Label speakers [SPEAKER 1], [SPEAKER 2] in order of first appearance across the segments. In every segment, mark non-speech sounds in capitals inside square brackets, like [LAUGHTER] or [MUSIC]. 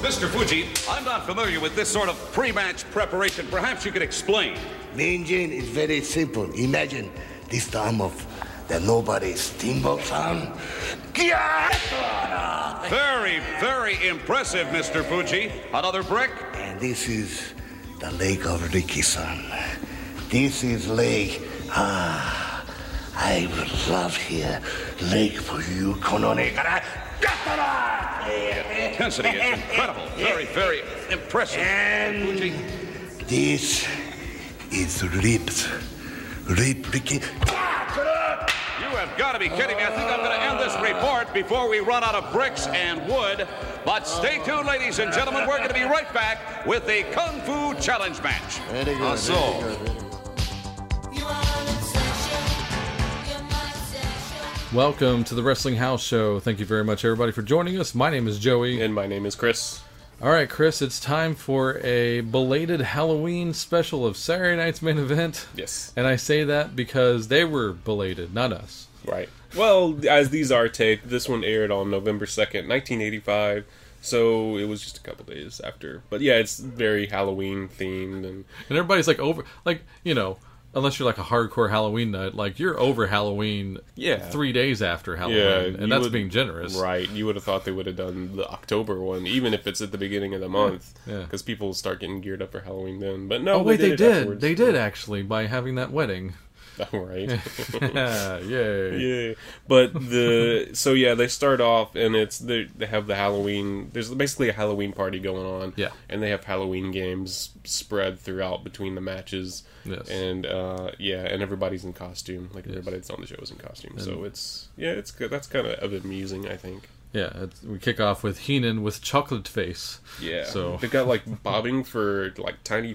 [SPEAKER 1] Mr. Fuji, I'm not familiar with this sort of pre-match preparation. Perhaps you could explain.
[SPEAKER 2] Main Jane is very simple. Imagine this time of the nobody steamboat sound. Yeah!
[SPEAKER 1] Very, very impressive, Mr. Fuji. Another brick?
[SPEAKER 2] And this is the lake of Riki-san. This is lake. Ah, I would love here lake for you, Konone.
[SPEAKER 1] Intensity is
[SPEAKER 2] [LAUGHS]
[SPEAKER 1] incredible. Very, very impressive.
[SPEAKER 2] And
[SPEAKER 1] Fuji.
[SPEAKER 2] this is ripped. Rip Riki.
[SPEAKER 1] You have got to be kidding me. I think I'm going to end this report before we run out of bricks and wood. But stay tuned, ladies and gentlemen. We're going to be right back with the Kung Fu Challenge match.
[SPEAKER 2] Very good.
[SPEAKER 1] Also.
[SPEAKER 2] very good, very good.
[SPEAKER 3] You are an obsession. You're my obsession.
[SPEAKER 4] Welcome to the Wrestling House Show. Thank you very much, everybody, for joining us. My name is Joey.
[SPEAKER 5] And my name is Chris.
[SPEAKER 4] All right, Chris, it's time for a belated Halloween special of Saturday Night's Main Event.
[SPEAKER 5] Yes.
[SPEAKER 4] And I say that because they were belated, not us.
[SPEAKER 5] Right. Well, as these are taped, this one aired on November 2nd, 1985. So it was just a couple days after. But yeah, it's very Halloween themed and
[SPEAKER 4] And everybody's like over, like, you know, unless you're like a hardcore Halloween nut, like you're over Halloween
[SPEAKER 5] Yeah.
[SPEAKER 4] three days after Halloween.
[SPEAKER 5] yeah, you
[SPEAKER 4] and that's
[SPEAKER 5] would-
[SPEAKER 4] being generous.
[SPEAKER 5] Right. You would have thought they would have done the October one even if it's at the beginning of the month
[SPEAKER 4] yeah.
[SPEAKER 5] cuz people start getting geared up for Halloween then. But no,
[SPEAKER 4] Oh, wait, they
[SPEAKER 5] it
[SPEAKER 4] did.
[SPEAKER 5] afterwards.
[SPEAKER 4] They did, actually, by having that
[SPEAKER 5] [LAUGHS]
[SPEAKER 4] wedding. [LAUGHS]
[SPEAKER 5] right.
[SPEAKER 4] Yeah, [LAUGHS] yay.
[SPEAKER 5] yeah. But the so yeah, they start off and it's they they have the Halloween. There's basically a Halloween party going on.
[SPEAKER 4] Yeah.
[SPEAKER 5] and they have Halloween games spread throughout between the matches.
[SPEAKER 4] Yes.
[SPEAKER 5] and uh, yeah, and everybody's in costume. Like everybody that's on the show is in costume. so it's yeah, it's good. That's kind of amusing, I think.
[SPEAKER 4] Yeah, it's, we kick off with Heenan with chocolate face.
[SPEAKER 5] Yeah,
[SPEAKER 4] So
[SPEAKER 5] they've got like bobbing for like tiny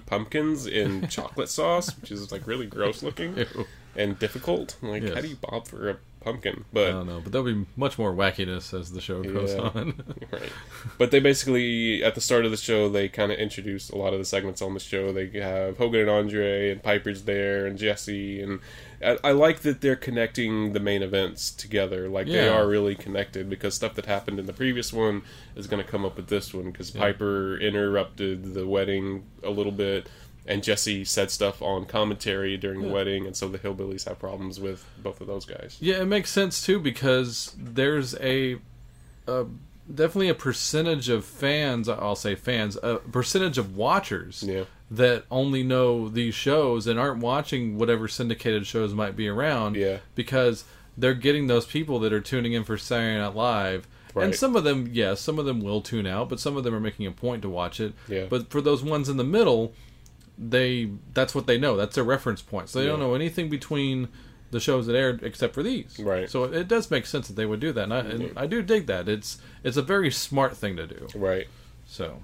[SPEAKER 4] [LAUGHS]
[SPEAKER 5] pumpkins in chocolate sauce, which is like really gross looking
[SPEAKER 4] Ew.
[SPEAKER 5] and difficult. Like,
[SPEAKER 4] Yes. Um,
[SPEAKER 5] how do you bob for a pumpkin? But
[SPEAKER 4] I don't know, but there'll be much more wackiness as the show goes
[SPEAKER 5] Yeah.
[SPEAKER 4] on. [LAUGHS]
[SPEAKER 5] [LAUGHS] Right. But they basically, at the start of the show, they kind of introduce a lot of the segments on the show. They have Hogan and Andre, and Piper's there, and Jesse. And I, I like that they're connecting the main events together. Like, they
[SPEAKER 4] Yeah.
[SPEAKER 5] are really connected because stuff that happened in the previous one is going to come up with this one because Piper interrupted the wedding a little bit. And Jesse said stuff on commentary during the wedding, and so the Hillbillies have problems with both of those guys.
[SPEAKER 4] yeah, it makes sense too because there's a, a definitely a percentage of fans. I'll say fans, a percentage of watchers
[SPEAKER 5] Yeah.
[SPEAKER 4] that only know these shows and aren't watching whatever syndicated shows might be around.
[SPEAKER 5] Yeah.
[SPEAKER 4] because they're getting those people that are tuning in for Saturday Night Live. And
[SPEAKER 5] Right.
[SPEAKER 4] some of them, yes, some of them will tune out, but some of them are making a point to watch it.
[SPEAKER 5] Yeah.
[SPEAKER 4] But for those ones in the middle, they that's what they know. That's their reference point. So they don't
[SPEAKER 5] Yeah.
[SPEAKER 4] know anything between the shows that aired except for these.
[SPEAKER 5] Right.
[SPEAKER 4] So it, it does make sense that they would do that, and I, and I do dig that. It's it's a very smart thing to do.
[SPEAKER 5] Right.
[SPEAKER 4] So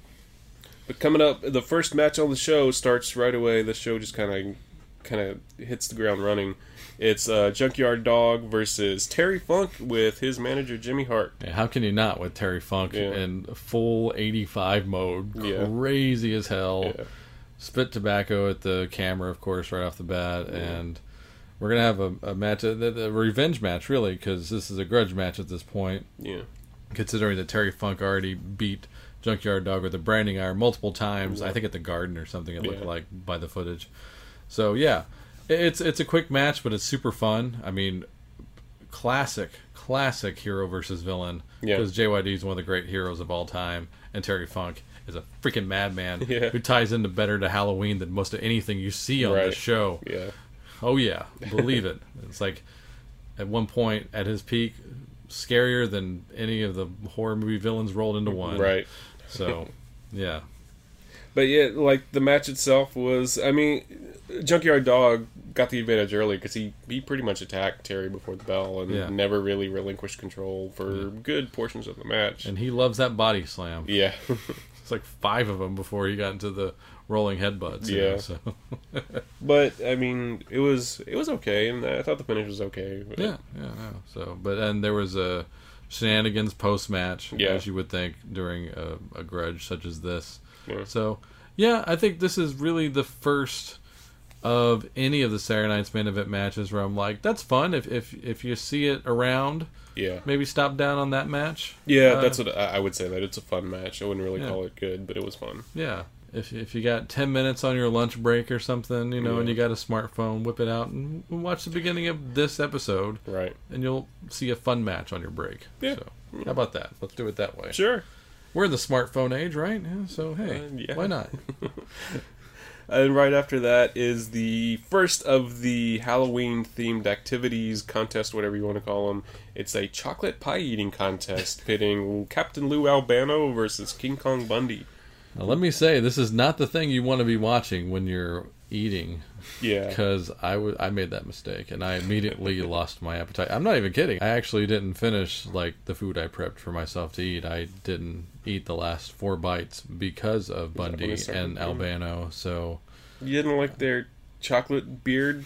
[SPEAKER 5] But coming up, the first match on the show starts right away. The show just kind of, kind of hits the ground running. It's uh, Junkyard Dog versus Terry Funk with his manager Jimmy Hart.
[SPEAKER 4] yeah, how can you not with Terry Funk
[SPEAKER 5] Yeah.
[SPEAKER 4] in full eighty five mode,
[SPEAKER 5] Yeah.
[SPEAKER 4] crazy as hell,
[SPEAKER 5] Yeah.
[SPEAKER 4] spit tobacco at the camera, of course, right off the bat, and. We're gonna have a, a match, a, a revenge match, really, because this is a grudge match at this point.
[SPEAKER 5] Yeah,
[SPEAKER 4] considering that Terry Funk already beat Junkyard Dog with a branding iron multiple times. I think at the Garden or something. It looked
[SPEAKER 5] Yeah.
[SPEAKER 4] like by the footage. So yeah, I- it's it's a quick match, but it's super fun. I mean, classic classic hero versus villain.
[SPEAKER 5] Yeah.
[SPEAKER 4] Because JYD is one of the great heroes of all time, and Terry Funk is a freaking madman
[SPEAKER 5] [LAUGHS] Yeah.
[SPEAKER 4] who ties into better to Halloween than most of anything you see on
[SPEAKER 5] Right.
[SPEAKER 4] this show.
[SPEAKER 5] yeah,
[SPEAKER 4] Oh yeah, believe it. [LAUGHS] It's like at one point at his peak, scarier than any of the horror movie villains rolled into one.
[SPEAKER 5] right.
[SPEAKER 4] So, yeah,
[SPEAKER 5] But yeah, like the match itself was. I mean, Junkyard Dog got the advantage early because he he pretty much attacked Terry before the bell and
[SPEAKER 4] Yeah.
[SPEAKER 5] never really relinquished control for good portions of the match.
[SPEAKER 4] and he loves that body slam.
[SPEAKER 5] yeah, [LAUGHS]
[SPEAKER 4] It's like five of them before he got into the rolling headbutts. you
[SPEAKER 5] Yeah.
[SPEAKER 4] know, so
[SPEAKER 5] but I mean, it was it was okay, and I thought the finish was okay.
[SPEAKER 4] yeah, yeah, no. So, but and there was a shenanigans post match,
[SPEAKER 5] Yeah.
[SPEAKER 4] as you would think during a, a grudge such as this.
[SPEAKER 5] Yeah.
[SPEAKER 4] So, yeah, I think this is really the first of any of the Saturday Night's main event matches where I'm like, that's fun. If if if you see it around,
[SPEAKER 5] Yeah.
[SPEAKER 4] maybe stop down on that match.
[SPEAKER 5] Yeah,
[SPEAKER 4] Uh,
[SPEAKER 5] that's what I, I would say. That it's a fun match. I wouldn't really
[SPEAKER 4] Yeah.
[SPEAKER 5] call it good, but it was fun.
[SPEAKER 4] Yeah. If if you got ten minutes on your lunch break or something, you know, and you got a smartphone, whip it out and watch the beginning of this episode,
[SPEAKER 5] Right.
[SPEAKER 4] and you'll see a fun match on your break.
[SPEAKER 5] Yeah.
[SPEAKER 4] So, how about that? Let's do it that way.
[SPEAKER 5] Sure.
[SPEAKER 4] We're in the smartphone age, right? Yeah, so hey,
[SPEAKER 5] Uh, yeah.
[SPEAKER 4] why
[SPEAKER 5] [LAUGHS]
[SPEAKER 4] not?
[SPEAKER 5] And right after that is the first of the Halloween themed activities, contest, whatever you want to call them. It's a chocolate pie eating contest pitting Captain Lou Albano versus King Kong Bundy.
[SPEAKER 4] Now, let me say, this is not the thing you want to be watching when you're eating,
[SPEAKER 5] Yeah.
[SPEAKER 4] because I wa- I made that mistake and I immediately [LAUGHS] lost my appetite. I'm not even kidding. I actually didn't finish like the food I prepped for myself to eat. I didn't eat the last four bites because of
[SPEAKER 5] when
[SPEAKER 4] Bundy
[SPEAKER 5] it started?
[SPEAKER 4] and
[SPEAKER 5] Yeah.
[SPEAKER 4] Albano. So
[SPEAKER 5] You didn't like their chocolate beard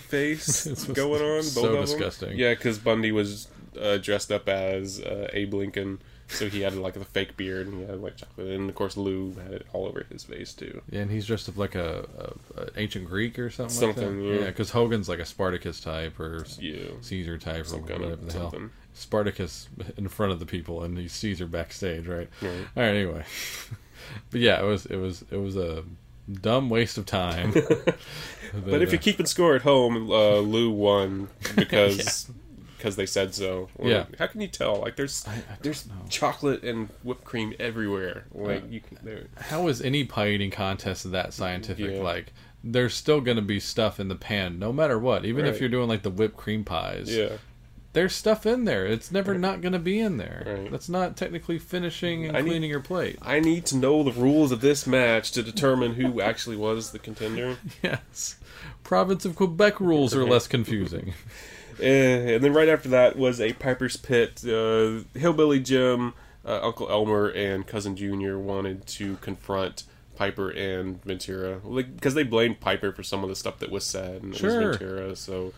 [SPEAKER 4] [LAUGHS]
[SPEAKER 5] face
[SPEAKER 4] It's just
[SPEAKER 5] going on?
[SPEAKER 4] so
[SPEAKER 5] both of 'em?
[SPEAKER 4] disgusting.
[SPEAKER 5] Yeah, because Bundy was uh, dressed up as uh, Abe Lincoln. So he had like the fake beard and he had like chocolate, and of course Lou had it all over his face too.
[SPEAKER 4] and he's dressed up like a, a, a ancient Greek or something.
[SPEAKER 5] Something,
[SPEAKER 4] like
[SPEAKER 5] yeah.
[SPEAKER 4] that. because Hogan's like a Spartacus type or
[SPEAKER 5] Yeah.
[SPEAKER 4] Caesar type
[SPEAKER 5] Some
[SPEAKER 4] or
[SPEAKER 5] kind of
[SPEAKER 4] whatever the hell.
[SPEAKER 5] something.
[SPEAKER 4] Spartacus in front of the people, and he's Caesar backstage, right?
[SPEAKER 5] Right.
[SPEAKER 4] All right. Anyway, [LAUGHS] but yeah, it was it was it was a dumb waste of
[SPEAKER 5] [LAUGHS]
[SPEAKER 4] time.
[SPEAKER 5] But if
[SPEAKER 4] uh,
[SPEAKER 5] you're keeping score at home, uh, Lou won
[SPEAKER 4] [LAUGHS]
[SPEAKER 5] because because they said so. Like,
[SPEAKER 4] Yeah.
[SPEAKER 5] How can you tell? Like there's
[SPEAKER 4] don't
[SPEAKER 5] there's
[SPEAKER 4] know.
[SPEAKER 5] chocolate and whipped cream everywhere. Like you can. there-
[SPEAKER 4] [LAUGHS] how is any pie eating contest that scientific?
[SPEAKER 5] Yeah.
[SPEAKER 4] Like, there's still going to be stuff in the pan, no matter what. Even if
[SPEAKER 5] Right.
[SPEAKER 4] you're doing like the whipped cream pies,
[SPEAKER 5] Yeah.
[SPEAKER 4] there's stuff in there. It's never not going to be in there.
[SPEAKER 5] Right.
[SPEAKER 4] That's not technically finishing and
[SPEAKER 5] I need-
[SPEAKER 4] cleaning your plate. [LAUGHS]
[SPEAKER 5] I need to know the rules of this match to determine who actually was the contender.
[SPEAKER 4] Yes, province of Quebec rules are less
[SPEAKER 5] [LAUGHS]
[SPEAKER 4] confusing.
[SPEAKER 5] Eh, and then right after that was a Piper's Pit. Uh, Hillbilly Jim, uh, Uncle Elmer, and Cousin Junior wanted to confront Piper and Ventura, like because they blamed Piper for some of the stuff that was said, and it
[SPEAKER 4] Sure.
[SPEAKER 5] was Ventura. So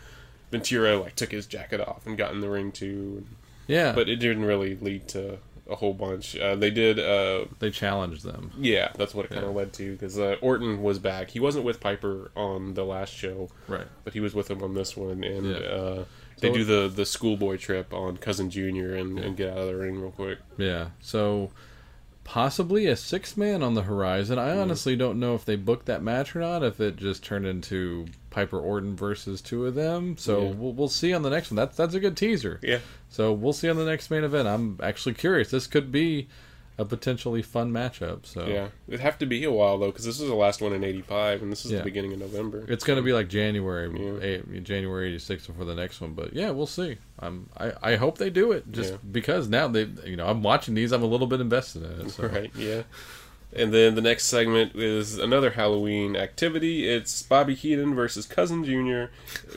[SPEAKER 5] Ventura like took his jacket off and got in the ring too,
[SPEAKER 4] Yeah,
[SPEAKER 5] but it didn't really lead to a whole bunch. Uh, they did. Uh,
[SPEAKER 4] they challenged them.
[SPEAKER 5] yeah, that's what it kind of led to because uh, Orton was back. He wasn't with Piper on the last show,
[SPEAKER 4] Right.
[SPEAKER 5] But he was with him on this one, and
[SPEAKER 4] Yeah.
[SPEAKER 5] uh, they
[SPEAKER 4] So-
[SPEAKER 5] do the the schoolboy trip on Cousin Junior and, and get out of the ring real quick.
[SPEAKER 4] Yeah. So possibly a six man on the horizon. I
[SPEAKER 5] Mm-hmm.
[SPEAKER 4] honestly don't know if they booked that match or not, if it just turned into Piper Orton versus two of them. So
[SPEAKER 5] Yeah.
[SPEAKER 4] we'll, we'll see on the next one. That's that's a good teaser.
[SPEAKER 5] Yeah.
[SPEAKER 4] So we'll see on the next main event. I'm actually curious. This could be a potentially fun matchup. So
[SPEAKER 5] Yeah, it'd have to be a while though because this was the last one in '85, and this is
[SPEAKER 4] Yeah.
[SPEAKER 5] the beginning of November.
[SPEAKER 4] it's going to be like January, eight, January '86 before the next one. But yeah, we'll see. I'm, I, I hope they do it just
[SPEAKER 5] Yeah.
[SPEAKER 4] because now they, you know, I'm watching these. I'm a little bit invested in it. So.
[SPEAKER 5] [LAUGHS] Right, yeah. And then the next segment is another Halloween activity. It's Bobby Keaton versus Cousin Junior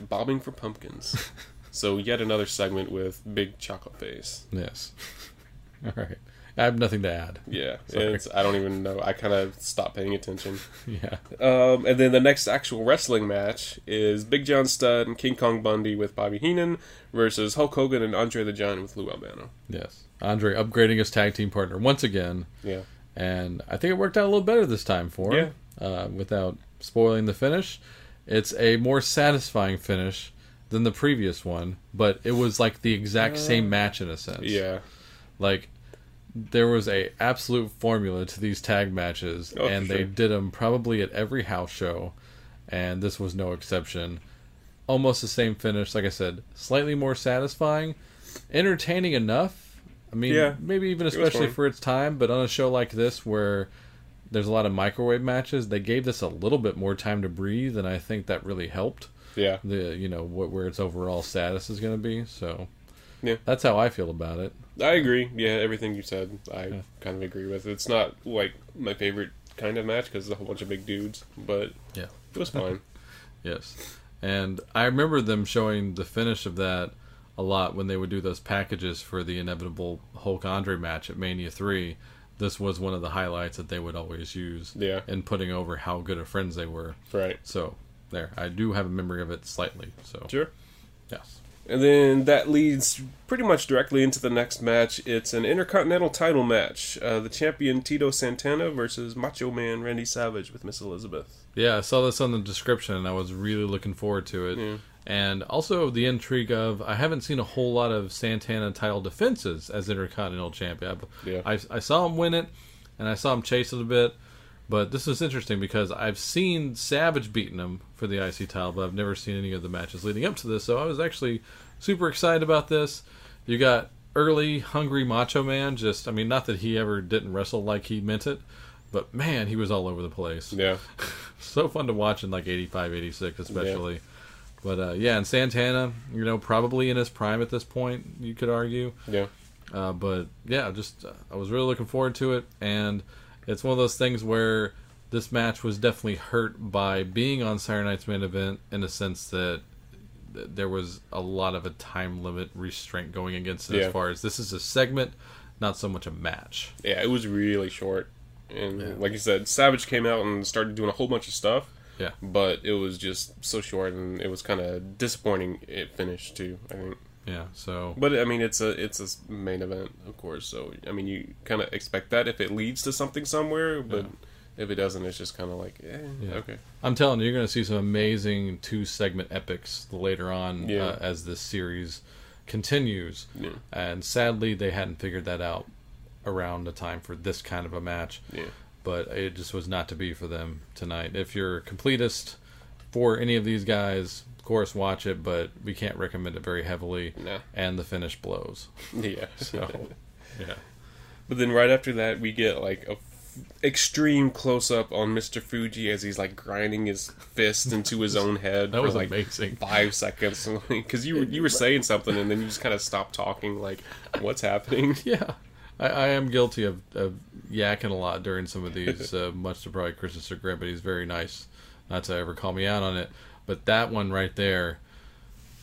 [SPEAKER 5] bobbing for pumpkins.
[SPEAKER 4] [LAUGHS]
[SPEAKER 5] so yet another segment with Big Chocolate Face.
[SPEAKER 4] Yes. [LAUGHS] All right. I have nothing to add. [LAUGHS]
[SPEAKER 5] Yeah,
[SPEAKER 4] Sorry.
[SPEAKER 5] it's, I don't even know. I kind of stopped paying attention.
[SPEAKER 4] Yeah.
[SPEAKER 5] Um, and then the next actual wrestling match is Big John Studd and King Kong Bundy with Bobby Heenan versus Hulk Hogan and Andre the Giant with Lou Albano.
[SPEAKER 4] Yes. Andre upgrading his tag team partner once again,
[SPEAKER 5] Yeah,
[SPEAKER 4] and I think it worked out a little better this time for him. Uh, without spoiling the finish, it's a more satisfying finish than the previous one, but it was like the exact same match in a sense.
[SPEAKER 5] Uh, yeah,
[SPEAKER 4] Like there was a absolute formula to these tag matches,
[SPEAKER 5] Oh, for
[SPEAKER 4] and they
[SPEAKER 5] sure.
[SPEAKER 4] did them probably at every house show, and this was no exception. Almost the same finish, like I said, slightly more satisfying, entertaining enough. I mean,
[SPEAKER 5] Yeah,
[SPEAKER 4] maybe even
[SPEAKER 5] was
[SPEAKER 4] especially
[SPEAKER 5] fun.
[SPEAKER 4] for its time, but on a show like this where there's a lot of microwave matches, they gave this a little bit more time to breathe, and I think that really helped
[SPEAKER 5] yeah.
[SPEAKER 4] the you know what where its overall status is going to be. So,
[SPEAKER 5] Yeah.
[SPEAKER 4] that's how I feel about it.
[SPEAKER 5] I agree. Yeah, everything you said, I kind of agree with. It's not like my favorite kind of match because it's a whole bunch of big dudes, but
[SPEAKER 4] Yeah.
[SPEAKER 5] it was [LAUGHS] fine.
[SPEAKER 4] Yes. And I remember them showing the finish of that a lot when they would do those packages for the inevitable Hulk Andre match at Mania 3. This was one of the highlights that they would always use
[SPEAKER 5] Yeah.
[SPEAKER 4] in putting over how good of friends they were.
[SPEAKER 5] right.
[SPEAKER 4] So, there. I do have a memory of it slightly. So,
[SPEAKER 5] Sure.
[SPEAKER 4] yes.
[SPEAKER 5] And then that leads pretty much directly into the next match. It's an Intercontinental title match. Uh, the champion Tito Santana versus Macho Man Randy Savage with Miss Elizabeth.
[SPEAKER 4] Yeah, I saw this on the description and I was really looking forward to it. And also the intrigue of I haven't seen a whole lot of Santana title defenses as Intercontinental Champion. I-
[SPEAKER 5] Yeah.
[SPEAKER 4] I, I saw him win it and I saw him chase it a bit. But this is interesting because I've seen Savage beating him for the IC title, but I've never seen any of the matches leading up to this. So I was actually super excited about this. You got early, hungry Macho Man. Just, I mean, not that he ever didn't wrestle like he meant it, but man, he was all over the place
[SPEAKER 5] Yeah.
[SPEAKER 4] so fun to watch in like 85 86 especially but uh, yeah and santana you know probably in his prime at this point you could argue
[SPEAKER 5] Yeah.
[SPEAKER 4] uh, but yeah just uh, i was really looking forward to it and it's one of those things where this match was definitely hurt by being on saturday night's main event in a sense that th- there was a lot of a time limit restraint going against it
[SPEAKER 5] Yeah.
[SPEAKER 4] as far as this is a segment not so much a match
[SPEAKER 5] Yeah, it was really short. And like you said, Savage came out and started doing a whole bunch of stuff.
[SPEAKER 4] yeah
[SPEAKER 5] But it was just so short, and it was kind of disappointing. It finished too, I think.
[SPEAKER 4] yeah so
[SPEAKER 5] But I mean, it's a it's a s- main event, of course. So I mean, you kind of expect that if it leads to something somewhere, but if it doesn't, it's just kind of like, eh, okay,
[SPEAKER 4] I'm telling you, you're going to see some amazing two segment epics later on
[SPEAKER 5] Yeah.
[SPEAKER 4] uh, as this series continues.
[SPEAKER 5] Yeah.
[SPEAKER 4] And sadly, they hadn't figured that out around the time for this kind of a match.
[SPEAKER 5] Yeah.
[SPEAKER 4] But it just was not to be for them tonight. If you're a completist for any of these guys, of course, watch it, but we can't recommend it very heavily.
[SPEAKER 5] No.
[SPEAKER 4] And the finish blows.
[SPEAKER 5] [LAUGHS] yeah.
[SPEAKER 4] So, [LAUGHS] yeah.
[SPEAKER 5] But then right after that, we get like a f- extreme close up on Mr. Fuji as he's like grinding his fist into
[SPEAKER 4] [LAUGHS]
[SPEAKER 5] his own head.
[SPEAKER 4] That
[SPEAKER 5] for,
[SPEAKER 4] was
[SPEAKER 5] like,
[SPEAKER 4] amazing.
[SPEAKER 5] Five seconds, [LAUGHS] because you were- you were saying something and then you just kind of stopped talking. Like, what's happening? [LAUGHS]
[SPEAKER 4] Yeah, I, I am guilty of, of yakking a lot during some of
[SPEAKER 5] [LAUGHS]
[SPEAKER 4] these, uh, much to probably Chris's regret. But he's very nice, not to ever call me out on it. But that one right there,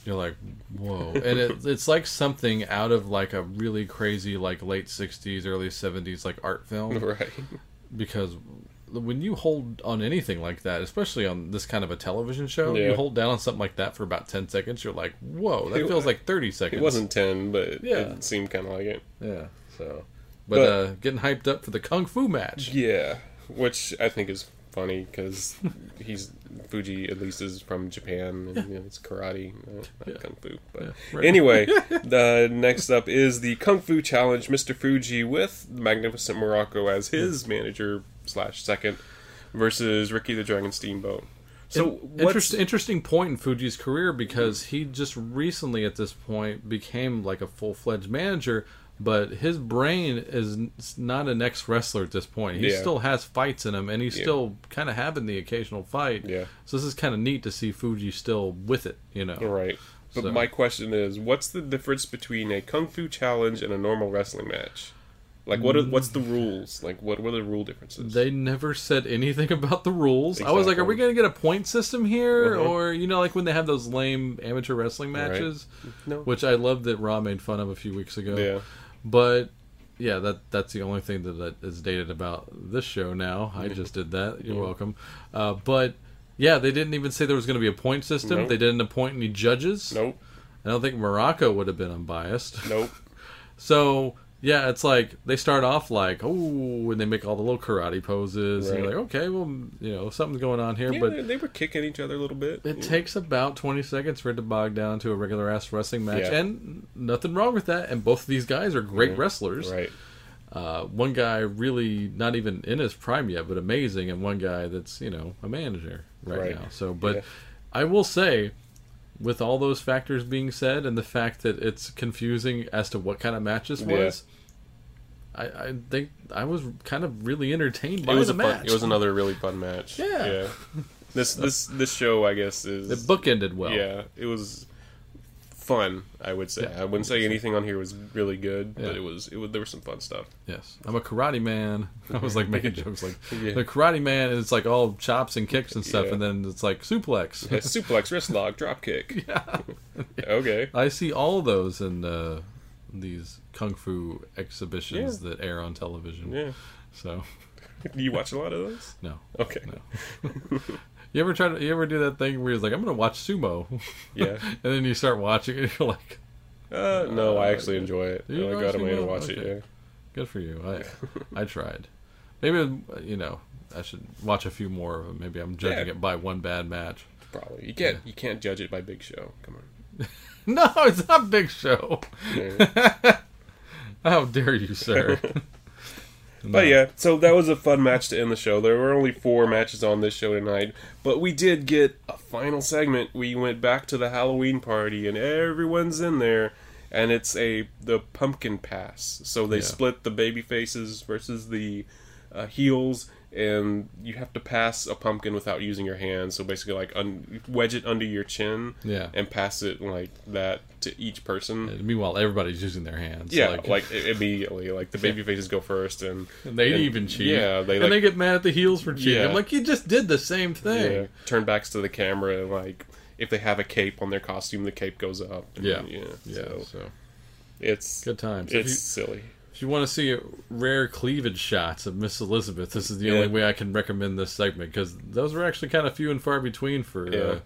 [SPEAKER 4] you're like,
[SPEAKER 5] [LAUGHS]
[SPEAKER 4] whoa, and it, it's like something out of like a really crazy, like late '60s, early '70s, like art film
[SPEAKER 5] Right.
[SPEAKER 4] because when you hold on anything like that, especially on this kind of a television show,
[SPEAKER 5] Yeah.
[SPEAKER 4] you hold down on something like that for about ten seconds, you're like, whoa, that
[SPEAKER 5] It-
[SPEAKER 4] feels like thirty seconds.
[SPEAKER 5] It wasn't ten, but
[SPEAKER 4] Yeah.
[SPEAKER 5] it seemed kind of like it.
[SPEAKER 4] Yeah. So, but,
[SPEAKER 5] But-
[SPEAKER 4] uh, getting hyped up for the kung fu match.
[SPEAKER 5] Yeah, which I think is funny because he's Fuji at least is from Japan and you know, it's karate, uh, not kung fu. But
[SPEAKER 4] right. [LAUGHS]
[SPEAKER 5] anyway, the next up is the Kung Fu Challenge. Mr. Fuji with Magnificent Morocco as his manager slash second versus Ricky the Dragon Steamboat. So what's
[SPEAKER 4] Interest, interesting point in Fuji's career because he just recently at this point became like a full fledged manager, but his brain is n- not an ex wrestler at this point. He
[SPEAKER 5] Yeah.
[SPEAKER 4] still has fights in him, and he's still kind of having the occasional fight.
[SPEAKER 5] Yeah.
[SPEAKER 4] So this is kind of neat to see Fuji still with it. You know.
[SPEAKER 5] right? But
[SPEAKER 4] So-
[SPEAKER 5] my question is, what's the difference between a Kung Fu Challenge and a normal wrestling match? Like what? Are, what's the rules? Like what? What are the rule differences?
[SPEAKER 4] They never said anything [LAUGHS] about the rules. I was like,
[SPEAKER 5] Exactly.
[SPEAKER 4] are we going to get a point system here?
[SPEAKER 5] Uh-huh.
[SPEAKER 4] Or, you know, like when they have those lame amateur wrestling
[SPEAKER 5] Right.
[SPEAKER 4] matches,
[SPEAKER 5] No.
[SPEAKER 4] which I love that Raw made fun of a few weeks ago.
[SPEAKER 5] Yeah.
[SPEAKER 4] But yeah, that that's the only thing that, that is dated about this show now.
[SPEAKER 5] Mm-hmm.
[SPEAKER 4] I just did that. You're welcome. Uh, but yeah, they didn't even say there was going to be a point system.
[SPEAKER 5] Nope.
[SPEAKER 4] They didn't appoint any judges.
[SPEAKER 5] Nope.
[SPEAKER 4] I don't think Morocco would have been unbiased. [LAUGHS]
[SPEAKER 5] Nope.
[SPEAKER 4] So yeah, it's like they start off like oh, and they make all the little karate poses, and
[SPEAKER 5] Right.
[SPEAKER 4] you're like, okay, well, you know, something's going on here,
[SPEAKER 5] Yeah,
[SPEAKER 4] but
[SPEAKER 5] they, they were kicking each other a little bit.
[SPEAKER 4] it takes about 20 seconds for it to bog down to a regular ass wrestling match,
[SPEAKER 5] Yeah.
[SPEAKER 4] and nothing wrong with that. And both of these guys are great wrestlers.
[SPEAKER 5] right.
[SPEAKER 4] Uh, one guy really not even in his prime yet, but amazing, and one guy that's you know a manager right,
[SPEAKER 5] Right.
[SPEAKER 4] now. So, but
[SPEAKER 5] Yeah.
[SPEAKER 4] I will say, with all those factors being said, and the fact that it's confusing as to what kind of match this
[SPEAKER 5] Yeah.
[SPEAKER 4] was, I, I think I was kind of really entertained by
[SPEAKER 5] It was
[SPEAKER 4] the
[SPEAKER 5] a
[SPEAKER 4] match.
[SPEAKER 5] fun, It was another really fun match.
[SPEAKER 4] Yeah.
[SPEAKER 5] [LAUGHS] This this this show, I guess,
[SPEAKER 4] It
[SPEAKER 5] is
[SPEAKER 4] bookended well.
[SPEAKER 5] yeah. It was fun. I would say. I wouldn't say anything on here was really good,
[SPEAKER 4] Yeah.
[SPEAKER 5] but it was. It was there was some fun [LAUGHS] stuff.
[SPEAKER 4] Yes, I'm a karate man. [LAUGHS] I was
[SPEAKER 5] [LAUGHS]
[SPEAKER 4] like making jokes like
[SPEAKER 5] Yeah.
[SPEAKER 4] the karate man, and it's like all chops and kicks and stuff,
[SPEAKER 5] Yeah.
[SPEAKER 4] and then it's like suplex.
[SPEAKER 5] [LAUGHS] Yeah, suplex, wrist lock, drop [LAUGHS] kick. Okay.
[SPEAKER 4] I see all those in uh, these kung fu exhibitions that air on television.
[SPEAKER 5] Yeah.
[SPEAKER 4] So,
[SPEAKER 5] You watch a lot of those?
[SPEAKER 4] no.
[SPEAKER 5] Okay.
[SPEAKER 4] No. You ever try to? You ever do that thing where you're like, I'm gonna watch sumo,
[SPEAKER 5] [LAUGHS]
[SPEAKER 4] [LAUGHS]
[SPEAKER 5] Yeah.
[SPEAKER 4] and then you start watching it, [LAUGHS] and you're like,
[SPEAKER 5] Uh, no, I actually enjoy it. I
[SPEAKER 4] you
[SPEAKER 5] like go out of my way to
[SPEAKER 4] actually
[SPEAKER 5] watch
[SPEAKER 4] like
[SPEAKER 5] it.
[SPEAKER 4] it? Good for you. I I tried. Maybe you know I should watch a few more of them. Maybe I'm judging
[SPEAKER 5] Yeah.
[SPEAKER 4] it by one bad match. [LAUGHS]
[SPEAKER 5] Yeah, probably. You can't you can't judge it by Big Show. Come on.
[SPEAKER 4] No, it's not Big Show.
[SPEAKER 5] Yeah.
[SPEAKER 4] [LAUGHS] How dare you,
[SPEAKER 5] [LAUGHS]
[SPEAKER 4] sir?
[SPEAKER 5] but yeah, so that was a fun match to end the show. There were only four matches on this show tonight, but we did get a final segment. We went back to the Halloween party, and everyone's in there, and it's a the pumpkin pass. So they
[SPEAKER 4] Yeah.
[SPEAKER 5] split the baby faces versus the uh, heels. And you have to pass a pumpkin without using your hands. So basically, like un- wedge it under your chin,
[SPEAKER 4] Yeah.
[SPEAKER 5] and pass it like that to each person.
[SPEAKER 4] And meanwhile, everybody's using their hands.
[SPEAKER 5] Yeah, like, i- immediately, like the baby faces go first, and
[SPEAKER 4] they
[SPEAKER 5] and-
[SPEAKER 4] even cheat.
[SPEAKER 5] Yeah, they like
[SPEAKER 4] and they get mad at the heels for cheating.
[SPEAKER 5] Yeah.
[SPEAKER 4] I'm like, you just did the same thing.
[SPEAKER 5] yeah, turn backs to the camera, and like if they have a cape on their costume, the cape goes up. and-
[SPEAKER 4] Yeah,
[SPEAKER 5] yeah,
[SPEAKER 4] so.
[SPEAKER 5] So it's
[SPEAKER 4] good times. If
[SPEAKER 5] It's
[SPEAKER 4] you,
[SPEAKER 5] silly.
[SPEAKER 4] if you want to see rare cleavage shots of Miss Elizabeth, this is the
[SPEAKER 5] Yeah.
[SPEAKER 4] only way I can recommend this segment because those were actually kind of few and far between for
[SPEAKER 5] Yeah.
[SPEAKER 4] uh,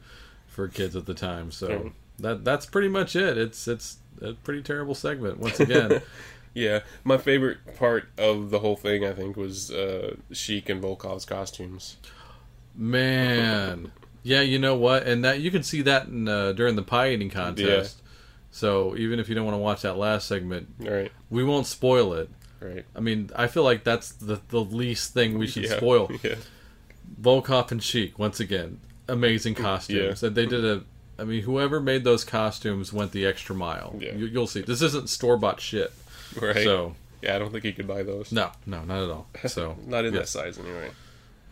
[SPEAKER 4] for kids at the time. So
[SPEAKER 5] Yeah.
[SPEAKER 4] that that's pretty much it. It's it's a pretty terrible segment once
[SPEAKER 5] [LAUGHS]
[SPEAKER 4] again.
[SPEAKER 5] Yeah, my favorite part of the whole thing, I think, was uh, Sheik and Volkov's costumes.
[SPEAKER 4] Man, yeah, you know what? And that you can see that in, uh, during the pie eating contest. So even if you don't want to watch that last segment,
[SPEAKER 5] All right,
[SPEAKER 4] we won't spoil it.
[SPEAKER 5] all right.
[SPEAKER 4] I mean, I feel like that's the the least thing we should
[SPEAKER 5] Yeah,
[SPEAKER 4] spoil.
[SPEAKER 5] [LAUGHS] Yeah,
[SPEAKER 4] Volkov and Sheik once again, amazing costumes.
[SPEAKER 5] Yeah.
[SPEAKER 4] And they did a. I mean, whoever made those costumes went the extra mile.
[SPEAKER 5] Yeah.
[SPEAKER 4] You, you'll see. This isn't store bought shit.
[SPEAKER 5] right.
[SPEAKER 4] So
[SPEAKER 5] yeah, I don't think you could buy those.
[SPEAKER 4] no, no, not at all. So
[SPEAKER 5] [LAUGHS] not in that
[SPEAKER 4] yes.
[SPEAKER 5] size anyway.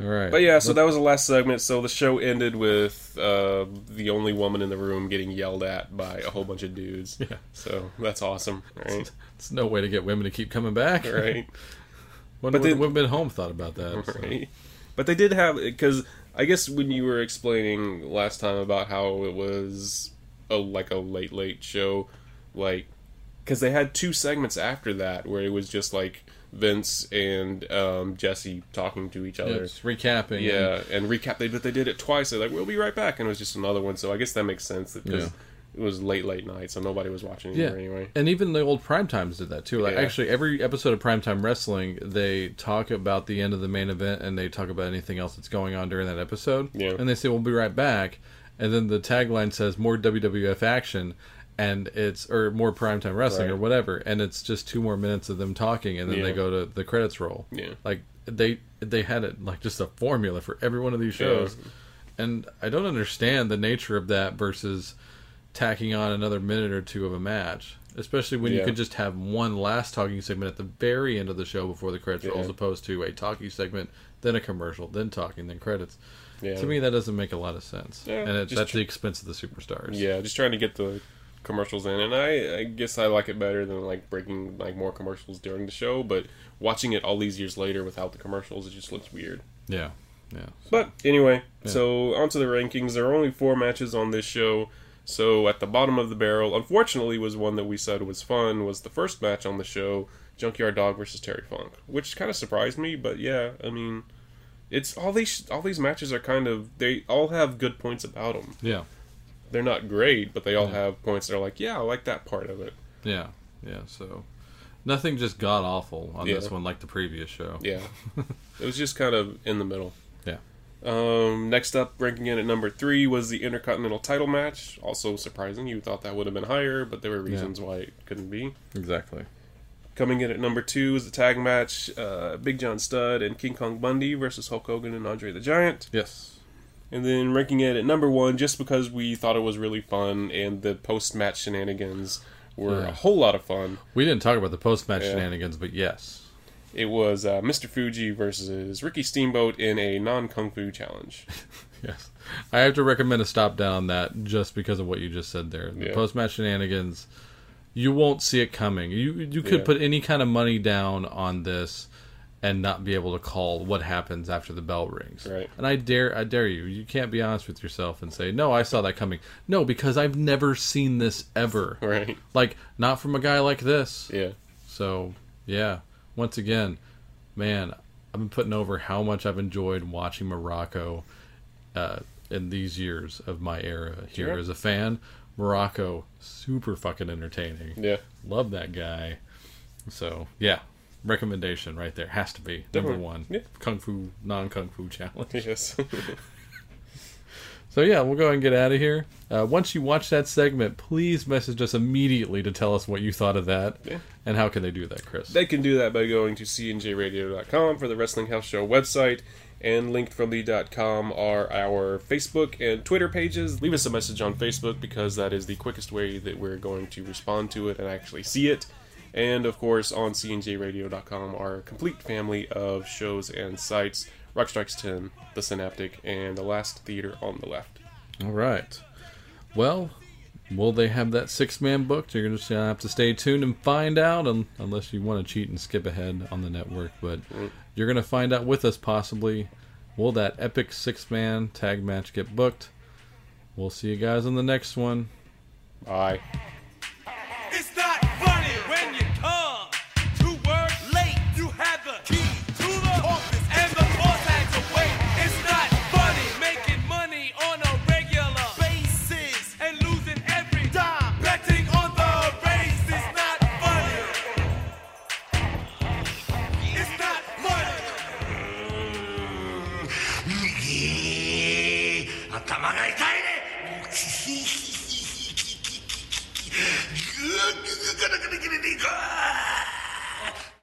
[SPEAKER 4] All right.
[SPEAKER 5] But yeah, so that was the last segment. So the show ended with uh, the only woman in the room getting yelled at by a whole bunch of dudes. Yeah. So that's awesome, right?
[SPEAKER 4] it's no way to get women to keep coming back.
[SPEAKER 5] right,
[SPEAKER 4] [LAUGHS] Wonder
[SPEAKER 5] But
[SPEAKER 4] what
[SPEAKER 5] they-
[SPEAKER 4] the women at home thought about that. so.
[SPEAKER 5] right. But they did have because I guess when you were explaining last time about how it was a like a late late show, like because they had two segments after that where it was just like Vince and um, Jesse talking to each
[SPEAKER 4] Yeah,
[SPEAKER 5] other.
[SPEAKER 4] just recapping. and-
[SPEAKER 5] Yeah, and recap. They but they did it twice. They're like, "We'll be right back," and it was just another one. So I guess that makes sense because
[SPEAKER 4] Yeah.
[SPEAKER 5] it was late, late night, so nobody was watching
[SPEAKER 4] yeah.
[SPEAKER 5] it anyway.
[SPEAKER 4] And even the old primetimes did that too. Like
[SPEAKER 5] Yeah.
[SPEAKER 4] actually every episode of primetime wrestling they talk about the end of the main event and they talk about anything else that's going on during that episode.
[SPEAKER 5] Yeah.
[SPEAKER 4] And they say we'll be right back and then the tagline says more WWF action and it's or more primetime wrestling or
[SPEAKER 5] Right.
[SPEAKER 4] whatever and it's just two more minutes of them talking and then
[SPEAKER 5] Yeah.
[SPEAKER 4] they go to the credits roll.
[SPEAKER 5] Yeah.
[SPEAKER 4] Like they they had it like just a formula for every one of these shows. And I don't understand the nature of that versus tacking on another minute or two of a match, especially when
[SPEAKER 5] Yeah.
[SPEAKER 4] you could just have one last talking segment at the very end of the show before the credits roll,
[SPEAKER 5] Yeah.
[SPEAKER 4] as opposed to a talking segment, then a commercial, then talking, then credits.
[SPEAKER 5] Yeah.
[SPEAKER 4] To me, that doesn't make a lot of sense,
[SPEAKER 5] Yeah,
[SPEAKER 4] and it,
[SPEAKER 5] just
[SPEAKER 4] that's
[SPEAKER 5] tr-
[SPEAKER 4] the expense of the superstars.
[SPEAKER 5] Yeah, just trying to get the commercials in, and I, I guess I like it better than like breaking like more commercials during the show. But watching it all these years later without the commercials, it just looks weird.
[SPEAKER 4] yeah, yeah.
[SPEAKER 5] But anyway, so onto the rankings. There are only four matches on this show. So at the bottom of the barrel, unfortunately, was one that we said was fun. Was the first match on the show, Junkyard Dog versus Terry Funk, which kind of surprised me. But yeah, I mean, it's all these all these matches are kind of they all have good points about them.
[SPEAKER 4] yeah.
[SPEAKER 5] They're not great, but they all have points. that are like, yeah, I like that part of it.
[SPEAKER 4] Yeah, yeah. So nothing just god awful on
[SPEAKER 5] Yeah.
[SPEAKER 4] this one, like the previous show. [LAUGHS]
[SPEAKER 5] Yeah, it was just kind of in the middle.
[SPEAKER 4] Yeah.
[SPEAKER 5] Um, next up, ranking in at number three was the Intercontinental title match. Also surprising. You thought that would have been higher, but there were reasons why it couldn't be.
[SPEAKER 4] exactly.
[SPEAKER 5] Coming in at number two is the tag match uh, Big John Studd and King Kong Bundy versus Hulk Hogan and Andre the Giant.
[SPEAKER 4] Yes.
[SPEAKER 5] And then ranking it at number one just because we thought it was really fun and the post match shenanigans were a
[SPEAKER 4] Yeah.
[SPEAKER 5] whole lot of fun.
[SPEAKER 4] We didn't talk about the post-match
[SPEAKER 5] Yeah.
[SPEAKER 4] shenanigans, but yes,
[SPEAKER 5] It was uh, Mr. Fuji versus Ricky Steamboat in a non kung fu challenge. [LAUGHS]
[SPEAKER 4] Yes. I have to recommend a stop down on that just because of what you just said there. The
[SPEAKER 5] Yeah.
[SPEAKER 4] post match shenanigans, you won't see it coming. You you could
[SPEAKER 5] Yeah.
[SPEAKER 4] put any kind of money down on this and not be able to call what happens after the bell rings.
[SPEAKER 5] Right.
[SPEAKER 4] And I dare I dare you. You can't be honest with yourself and say, No, I saw that coming. No, because I've never seen this ever.
[SPEAKER 5] Right?
[SPEAKER 4] Like, not from a guy like this.
[SPEAKER 5] Yeah.
[SPEAKER 4] So, yeah. Once again, man, I've been putting over how much I've enjoyed watching Morocco uh, in these years of my era here as a fan. Morocco, super fucking entertaining.
[SPEAKER 5] Yeah. [LAUGHS]
[SPEAKER 4] Love that guy. So yeah, recommendation right there has to be number
[SPEAKER 5] Definitely.
[SPEAKER 4] one.
[SPEAKER 5] Yeah.
[SPEAKER 4] Kung Fu non Kung Fu challenge.
[SPEAKER 5] Yes. [LAUGHS]
[SPEAKER 4] So yeah, we'll go ahead and get out of here. Uh, once you watch that segment, please message us immediately to tell us what you thought of that.
[SPEAKER 5] Yeah.
[SPEAKER 4] And how can they do that, Chris?
[SPEAKER 5] They can do that by going to cnjradio.com for the Wrestling House Show website, and linked from the .com are our Facebook and Twitter pages. Leave us a message on Facebook because that is the quickest way that we're going to respond to it and actually see it. And of course, on cnjradio.com are a complete family of shows and sites: Rock Strikes 10, The Synaptic, and The Last Theater on the Left.
[SPEAKER 4] All right. Well, will they have that six man booked? You're just gonna have to stay tuned and find out, un- unless you want to cheat and skip ahead on the network. But you're gonna find out with us possibly. Will that epic six man tag match get booked? We'll see you guys on the next one.
[SPEAKER 5] Bye.
[SPEAKER 6] It's not funny when you come to work late. You have the key to the office and the boss has to wait. It's not funny making money on a regular basis and losing every dime. Betting on the race is not funny. It's not funny.
[SPEAKER 2] 頭が痛いね